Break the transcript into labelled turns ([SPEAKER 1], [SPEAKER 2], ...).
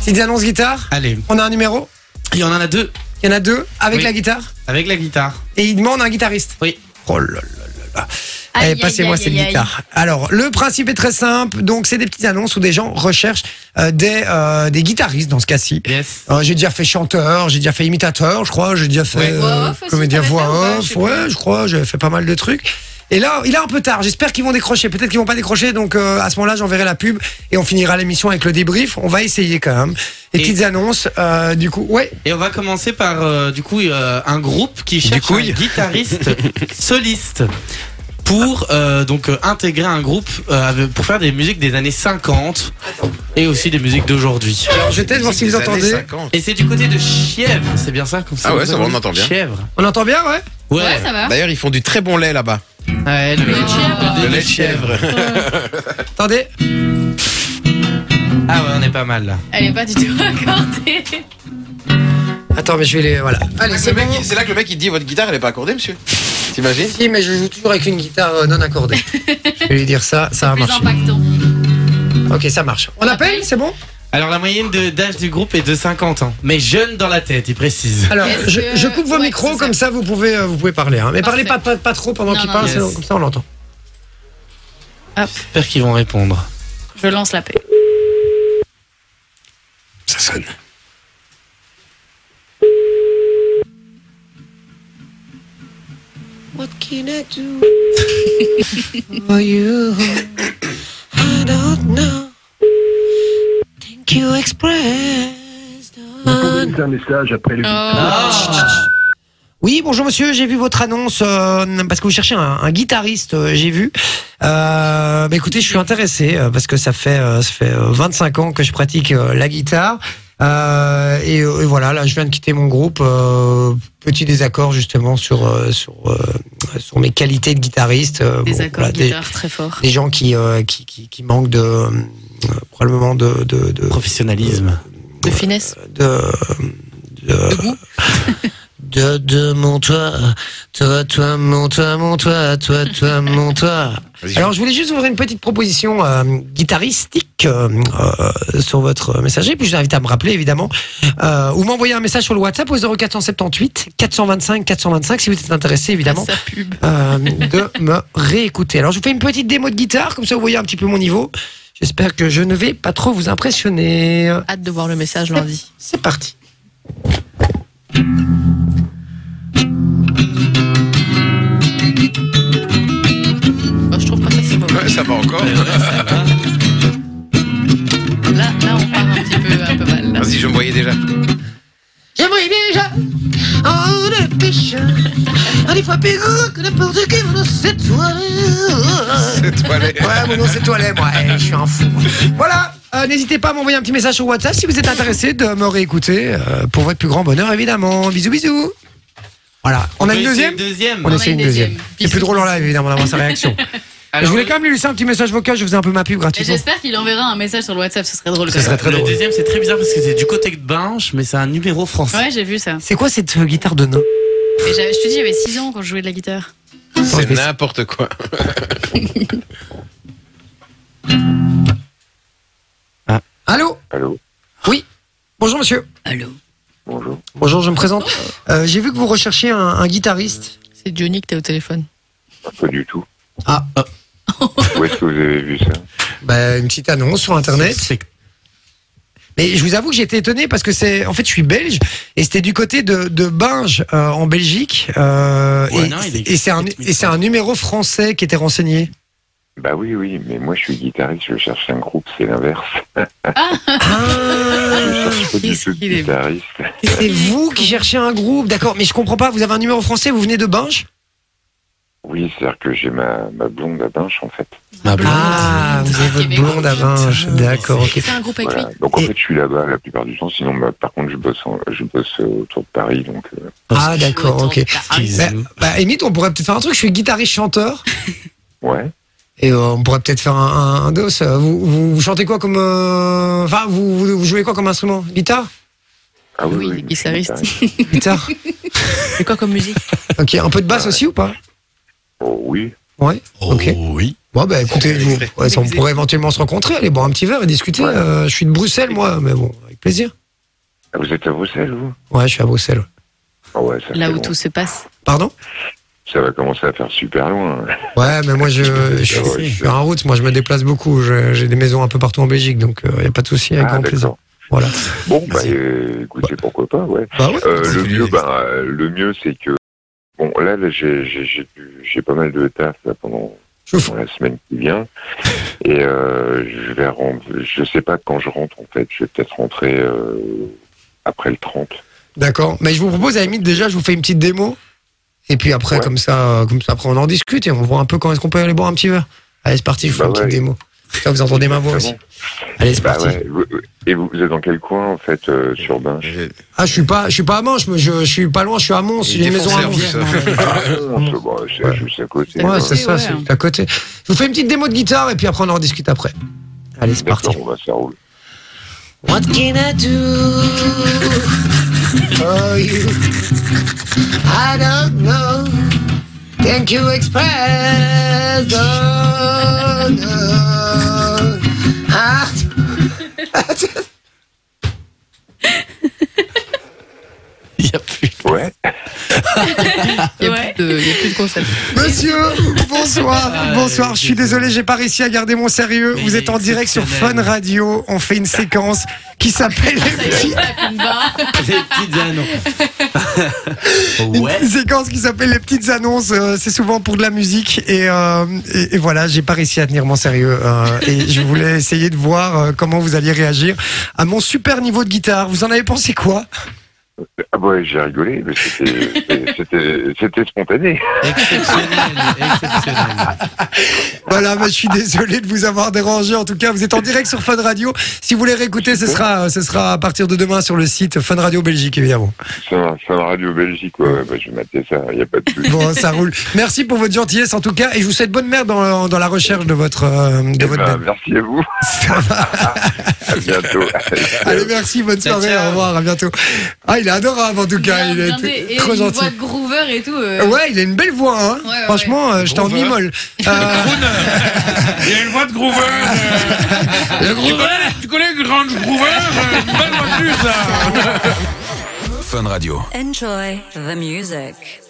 [SPEAKER 1] Petites annonces guitare.
[SPEAKER 2] Allez,
[SPEAKER 1] On a un numéro.
[SPEAKER 2] il y en a deux
[SPEAKER 1] Il y en a deux avec
[SPEAKER 2] Oui.
[SPEAKER 1] la guitare.
[SPEAKER 2] avec la guitare.
[SPEAKER 1] Et il demande un guitariste.
[SPEAKER 2] Oui.
[SPEAKER 1] Oh là là là là.
[SPEAKER 3] Aïe,
[SPEAKER 1] Eh,
[SPEAKER 3] aïe,
[SPEAKER 1] passez-moi
[SPEAKER 3] aïe,
[SPEAKER 1] cette
[SPEAKER 3] aïe, aïe.
[SPEAKER 1] guitare. Alors, le principe est très simple. Donc, c'est des petites annonces où des gens recherchent euh, des, euh, des guitaristes, dans ce cas-ci.
[SPEAKER 2] Yes.
[SPEAKER 1] Euh, j'ai déjà fait chanteur, j'ai déjà fait imitateur, je crois, j'ai déjà fait
[SPEAKER 2] Oui.
[SPEAKER 1] euh,
[SPEAKER 3] Voix off aussi,
[SPEAKER 1] comédien
[SPEAKER 3] t'avais fait ou
[SPEAKER 1] voix
[SPEAKER 3] pas Je
[SPEAKER 1] off,
[SPEAKER 3] sais
[SPEAKER 1] ouais,
[SPEAKER 3] plus.
[SPEAKER 1] je crois, j'ai fait pas mal de trucs. Et là, il est un peu tard, j'espère qu'ils vont décrocher, peut-être qu'ils vont pas décrocher, donc euh, à ce moment-là, j'enverrai la pub et on finira l'émission avec le débrief, on va essayer quand même. Les
[SPEAKER 2] Et-
[SPEAKER 1] petites annonces, euh, du coup, ouais,
[SPEAKER 2] Et on va commencer par euh, du coup euh, un groupe qui cherche un
[SPEAKER 1] couille.
[SPEAKER 2] guitariste soliste pour euh, donc euh, intégrer un groupe euh, avec- pour faire des musiques des années 50 et aussi des musiques d'aujourd'hui.
[SPEAKER 1] Alors, je vais peut-être voir si vous
[SPEAKER 4] Des années
[SPEAKER 1] entendez.
[SPEAKER 4] 50.
[SPEAKER 2] Et c'est du côté de Chièvre, c'est bien ça comme ça
[SPEAKER 4] Ah ouais,
[SPEAKER 2] vous
[SPEAKER 4] ça va, on
[SPEAKER 2] savez
[SPEAKER 4] entend bien.
[SPEAKER 2] Chièvre.
[SPEAKER 1] On entend bien, ouais
[SPEAKER 2] Ouais.
[SPEAKER 3] Ouais, ça va.
[SPEAKER 4] D'ailleurs, ils font du très bon lait là-bas.
[SPEAKER 2] Ouais, le,
[SPEAKER 3] lait de Chièvre.
[SPEAKER 1] Ah,
[SPEAKER 2] le
[SPEAKER 4] Le
[SPEAKER 2] lait
[SPEAKER 4] lait
[SPEAKER 2] de Chièvre.
[SPEAKER 4] chèvre.
[SPEAKER 1] Attendez,
[SPEAKER 2] Ah ouais, on est pas mal là.
[SPEAKER 3] Elle est pas du tout accordée.
[SPEAKER 1] attends, mais je vais les, voilà. Allez,
[SPEAKER 4] Ah, C'est
[SPEAKER 1] c'est bon.
[SPEAKER 4] là que le mec il dit votre guitare elle est pas accordée, monsieur. T'imagines
[SPEAKER 1] Si, mais je joue toujours avec une guitare euh, non accordée. je vais lui dire ça, ça va
[SPEAKER 3] Plus
[SPEAKER 1] marcher.
[SPEAKER 3] impactant.
[SPEAKER 1] Ok, ça marche. On appelle, c'est bon
[SPEAKER 2] Alors la moyenne de- d'âge du groupe est de 50 ans, mais jeune dans la tête, il précise.
[SPEAKER 1] Alors,
[SPEAKER 3] Est-ce
[SPEAKER 1] je,
[SPEAKER 3] que-
[SPEAKER 1] je coupe vos
[SPEAKER 3] ouais,
[SPEAKER 1] micros,
[SPEAKER 3] c'est
[SPEAKER 1] comme ça vous pouvez, euh, vous pouvez parler. hein. Mais parlez pas,
[SPEAKER 3] Parfait.
[SPEAKER 1] pas, pas trop pendant
[SPEAKER 3] Non,
[SPEAKER 1] qu'il
[SPEAKER 3] non,
[SPEAKER 1] parle,
[SPEAKER 2] yes.
[SPEAKER 1] sinon, comme ça on l'entend.
[SPEAKER 2] J'espère qu'ils vont répondre.
[SPEAKER 3] Je lance la paix.
[SPEAKER 1] Ça sonne.
[SPEAKER 5] What can I do for you? I don't know. Thank you, expressed. on-
[SPEAKER 6] un message après le
[SPEAKER 3] Ah.
[SPEAKER 1] Oui, bonjour monsieur, j'ai vu votre annonce euh, parce que vous cherchez un, un guitariste, euh, j'ai vu. Euh, bah, écoutez, je suis intéressé euh, parce que ça fait, euh, ça fait euh, 25 ans que je pratique euh, la guitare. Euh, et, euh, et voilà, là je viens de quitter mon groupe. euh, petit désaccord justement sur, euh, sur, euh, sur mes qualités de guitariste. euh,
[SPEAKER 3] Des
[SPEAKER 1] bon,
[SPEAKER 3] accords
[SPEAKER 1] voilà, des-
[SPEAKER 3] guitare très forts.
[SPEAKER 1] des gens qui, euh, qui, qui, qui manquent de euh, probablement de de, de,
[SPEAKER 2] Professionnalisme.
[SPEAKER 3] De finesse.
[SPEAKER 1] de, de, de, de mon toit, toi, toi, mon toi, mon toi, toi, toi, mon toi.
[SPEAKER 4] Vas-y.
[SPEAKER 1] Alors, je voulais juste ouvrir une petite proposition euh, guitaristique euh, euh, sur votre messagerie, puis je vous invite à me rappeler, évidemment, euh, ou m'envoyer un message sur le WhatsApp au 0478 425 425, si vous êtes intéressé, évidemment
[SPEAKER 3] Sa pub.
[SPEAKER 1] euh, de me réécouter. Alors, je vous fais une petite démo de guitare, comme ça vous voyez un petit peu mon niveau. J'espère que je ne vais pas trop vous impressionner.
[SPEAKER 3] Hâte de voir le message lundi.
[SPEAKER 1] C'est parti.
[SPEAKER 3] Oh, je trouve pas ça si beau.
[SPEAKER 4] Ouais, ça va encore.
[SPEAKER 3] Là, là, on part un petit peu, un peu mal. là.
[SPEAKER 4] Vas-y, je me voyais déjà.
[SPEAKER 5] J'aimerais déjà en le pêche. Aller frapper gros que n'importe qui dans cette soirée.
[SPEAKER 4] Cette toilette.
[SPEAKER 1] Ouais, mon nom c'est Toilet, moi. Eh, je suis un fou. Voilà. Euh, N'hésitez pas à m'envoyer un petit message sur WhatsApp si vous êtes intéressé de me réécouter euh, pour votre plus grand bonheur, évidemment. Bisous, bisous. Voilà. On, a
[SPEAKER 2] peut
[SPEAKER 1] une deuxième
[SPEAKER 2] essayer une deuxième.
[SPEAKER 1] On essaie une deuxième. C'est plus drôle en live, évidemment, d'avoir sa réaction. je
[SPEAKER 2] Alors,
[SPEAKER 1] voulais quand même lui laisser un petit message vocal, je faisais un peu ma pub
[SPEAKER 3] Mais
[SPEAKER 1] gratuitement.
[SPEAKER 3] J'espère qu'il enverra un message sur le WhatsApp, ce serait drôle
[SPEAKER 1] Ce
[SPEAKER 3] quand
[SPEAKER 1] serait
[SPEAKER 3] même.
[SPEAKER 1] très
[SPEAKER 2] le
[SPEAKER 1] drôle.
[SPEAKER 2] deuxième, c'est très bizarre parce que c'est du côté de Binge, mais c'est un numéro français.
[SPEAKER 3] Ouais, j'ai vu ça.
[SPEAKER 1] C'est quoi cette euh, guitare de nain
[SPEAKER 3] Et j'avais- je te dis, j'avais 6 ans quand je jouais de la guitare.
[SPEAKER 4] C'est n'importe quoi.
[SPEAKER 1] Allô
[SPEAKER 6] Allô
[SPEAKER 1] Oui. Bonjour, monsieur.
[SPEAKER 3] Allô
[SPEAKER 6] Bonjour.
[SPEAKER 1] Bonjour, je me présente. Euh, J'ai vu que vous recherchiez un, un guitariste.
[SPEAKER 3] C'est Johnny que t'es au téléphone.
[SPEAKER 6] Pas du tout.
[SPEAKER 1] Ah,
[SPEAKER 6] Où est-ce que vous avez vu ça
[SPEAKER 1] bah, une petite annonce sur Internet.
[SPEAKER 2] C'est-
[SPEAKER 1] Mais je vous avoue que j'étais étonné parce que c'est, en fait, je suis belge et c'était du côté de, de Binge euh, en Belgique. euh,
[SPEAKER 2] Ouais,
[SPEAKER 1] et
[SPEAKER 2] non, il est-
[SPEAKER 1] et c'est un, et c'est un numéro français qui était renseigné.
[SPEAKER 6] Bah oui, oui, mais moi je suis guitariste, je cherche un groupe, c'est l'inverse. Je cherche pas du
[SPEAKER 3] Qu'est-ce
[SPEAKER 6] tout de
[SPEAKER 3] qu'il est-
[SPEAKER 6] guitariste.
[SPEAKER 1] Ah. c'est vous qui cherchez un groupe, d'accord Mais je comprends pas. Vous avez un numéro français. Vous venez de Binge
[SPEAKER 6] Oui, c'est-à-dire que j'ai ma, ma blonde à binche en fait.
[SPEAKER 2] Ma blonde.
[SPEAKER 1] Ah, vous avez votre
[SPEAKER 3] Québécois.
[SPEAKER 1] blonde à Binge, d'accord. ok.
[SPEAKER 3] C'est un groupe avec
[SPEAKER 6] Voilà.
[SPEAKER 3] lui
[SPEAKER 6] Donc en
[SPEAKER 1] Et-
[SPEAKER 6] fait, je suis là-bas la plupart du temps, sinon bah, par contre, je bosse, en- je bosse euh, autour de Paris, donc euh,
[SPEAKER 1] Ah, d'accord, ok.
[SPEAKER 2] Excuse.
[SPEAKER 1] Bah, bah, limite, on pourrait peut-être faire un truc. Je suis guitariste chanteur.
[SPEAKER 6] ouais.
[SPEAKER 1] Et euh, on pourrait peut-être faire un, un- un dos. Euh, Vous, vous, vous chantez quoi comme. euh, Enfin, vous, vous, vous jouez quoi comme instrument Guitare
[SPEAKER 6] Ah
[SPEAKER 3] Oui,
[SPEAKER 6] mais je suis
[SPEAKER 3] guitariste.
[SPEAKER 1] Guitare
[SPEAKER 3] C'est quoi comme musique
[SPEAKER 1] Ok, un peu de basse
[SPEAKER 6] Ouais.
[SPEAKER 1] aussi ou pas
[SPEAKER 6] Oh, oui,
[SPEAKER 1] Ouais, ok.
[SPEAKER 2] oui.
[SPEAKER 1] Bon, bah écoutez, vous- ouais, ça, on pourrait éventuellement se rencontrer, aller boire un petit verre et discuter.
[SPEAKER 6] Ouais.
[SPEAKER 1] Euh, je suis de Bruxelles, moi, mais bon, avec plaisir.
[SPEAKER 6] Ah, Vous êtes à Bruxelles, vous
[SPEAKER 1] Ouais, je suis à Bruxelles. ouais.
[SPEAKER 6] Ah ouais, ça
[SPEAKER 3] Là
[SPEAKER 6] fait
[SPEAKER 3] où
[SPEAKER 6] long.
[SPEAKER 3] tout se passe.
[SPEAKER 1] Pardon
[SPEAKER 6] Ça va commencer à faire super loin.
[SPEAKER 1] Ouais, mais moi, je, je, suis-
[SPEAKER 6] Ah ouais.
[SPEAKER 1] je suis en route. Moi, je me déplace beaucoup. Je- J'ai des maisons un peu partout en Belgique, donc il n'y a pas de souci, avec
[SPEAKER 6] Ah,
[SPEAKER 1] grand plaisir.
[SPEAKER 6] d'accord.
[SPEAKER 1] Voilà.
[SPEAKER 6] Bon, bah, euh, écoutez, pourquoi pas, ouais.
[SPEAKER 1] Bah ouais.
[SPEAKER 6] Euh, le
[SPEAKER 7] C'est
[SPEAKER 6] mieux,
[SPEAKER 7] une-
[SPEAKER 6] ben, euh, le mieux, c'est que bon, là, là, j'ai j'ai- j'ai du- j'ai pas mal de taf là, pendant,
[SPEAKER 1] Je vous-
[SPEAKER 6] pendant la semaine qui vient, et euh, je vais rem- je sais pas quand je rentre en fait. Je vais peut-être rentrer euh, après le 30.
[SPEAKER 1] D'accord. Mais je vous propose, à la limite, déjà, je vous fais une petite démo. Et puis après,
[SPEAKER 6] Ouais.
[SPEAKER 1] comme ça, euh, comme ça, après, on en discute et on voit un peu quand est-ce qu'on peut aller boire un petit verre. Allez, c'est parti, je vous fais
[SPEAKER 6] Bah
[SPEAKER 1] une petite
[SPEAKER 6] ouais.
[SPEAKER 1] démo. Ça, vous entendez ma voix
[SPEAKER 6] Ah
[SPEAKER 1] aussi.
[SPEAKER 6] bon
[SPEAKER 1] Allez, c'est
[SPEAKER 6] Bah
[SPEAKER 1] parti.
[SPEAKER 6] ouais. Vous- Et vous, vous êtes dans quel coin en fait euh, sur Bain
[SPEAKER 1] Ah, je suis pas, je suis pas à Mons, mais je, je suis pas loin, je suis à Mons,
[SPEAKER 7] Il
[SPEAKER 1] j'ai une maison
[SPEAKER 7] défonce
[SPEAKER 1] à
[SPEAKER 7] la
[SPEAKER 1] Mons.
[SPEAKER 7] vie, ça.
[SPEAKER 6] Ah, bon, c'est
[SPEAKER 1] Ouais.
[SPEAKER 6] juste à côté.
[SPEAKER 3] Ouais,
[SPEAKER 1] Ouais,
[SPEAKER 6] quoi.
[SPEAKER 1] c'est ça,
[SPEAKER 3] ouais.
[SPEAKER 1] c'est juste à côté. Je vous fais une petite démo de guitare et puis après, on en discute après. Allez, c'est parti.
[SPEAKER 6] D'accord, on va ça roule.
[SPEAKER 5] What can I do
[SPEAKER 1] Oh,
[SPEAKER 5] for you? I don't know. Thank you, Express. Oh, no. Ah.
[SPEAKER 2] Il y a plus.
[SPEAKER 6] Ouais.
[SPEAKER 3] Il n'y a,
[SPEAKER 8] Ouais.
[SPEAKER 3] plus de- il y a plus de concept.
[SPEAKER 1] Monsieur, bonsoir,
[SPEAKER 2] Ah,
[SPEAKER 1] bonsoir. Je suis
[SPEAKER 2] c'est-
[SPEAKER 1] désolé, j'ai pas réussi à garder mon sérieux.
[SPEAKER 2] Mais
[SPEAKER 1] Vous
[SPEAKER 2] il
[SPEAKER 1] êtes
[SPEAKER 2] est
[SPEAKER 1] en direct sur Fun
[SPEAKER 2] exceptionnel.
[SPEAKER 1] Radio. On fait une séquence qui s'appelle les petites-
[SPEAKER 2] Les petites annonces. ouais.
[SPEAKER 1] une séquence qui s'appelle les petites annonces. Euh, C'est souvent pour de la musique et, euh, et, et voilà, j'ai pas réussi à tenir mon sérieux. Euh, et je voulais essayer de voir euh, comment vous alliez réagir à mon super niveau de guitare. Vous en avez pensé quoi
[SPEAKER 6] Ah ouais, j'ai rigolé, mais c'était- c'était- c'était c'était spontané.
[SPEAKER 2] Exceptionnel. Exceptionnel.
[SPEAKER 1] Voilà, bah, je suis désolé de vous avoir dérangé. En tout cas, vous êtes en direct sur Fun Radio. Si vous voulez réécouter, ce sera, ce sera à partir de demain sur le site Fun Radio Belgique, évidemment.
[SPEAKER 6] C'est un, c'est un radio Belgique, ouais, ouais, bah, je vais mater ça, il n'y a pas de plus.
[SPEAKER 1] Bon, ça roule. Merci pour votre gentillesse en tout cas, et je vous souhaite bonne mère dans, dans la recherche de votre euh,
[SPEAKER 2] Eh
[SPEAKER 1] de votre
[SPEAKER 2] ben,
[SPEAKER 1] bête.
[SPEAKER 6] Eh ben, merci à vous,
[SPEAKER 1] Ça va.
[SPEAKER 6] à bientôt.
[SPEAKER 1] Allez, merci, bonne
[SPEAKER 2] Ciao,
[SPEAKER 1] soirée,
[SPEAKER 2] ciao.
[SPEAKER 1] au revoir, à bientôt. Ah, il est adorable en tout cas, il est
[SPEAKER 8] et
[SPEAKER 1] trop
[SPEAKER 8] une
[SPEAKER 1] gentil.
[SPEAKER 8] voix de groover et tout. euh,
[SPEAKER 1] Ouais, il a une belle voix, hein.
[SPEAKER 8] Ouais, ouais,
[SPEAKER 1] Franchement, euh, j'étais en
[SPEAKER 7] Grover.
[SPEAKER 1] demi-molle. Euh,
[SPEAKER 9] Il y a une voix de Groover. euh, tu, connais, tu connais Grange Groover euh, Une belle voiture, ça.
[SPEAKER 7] Fun Radio.
[SPEAKER 10] Enjoy the music.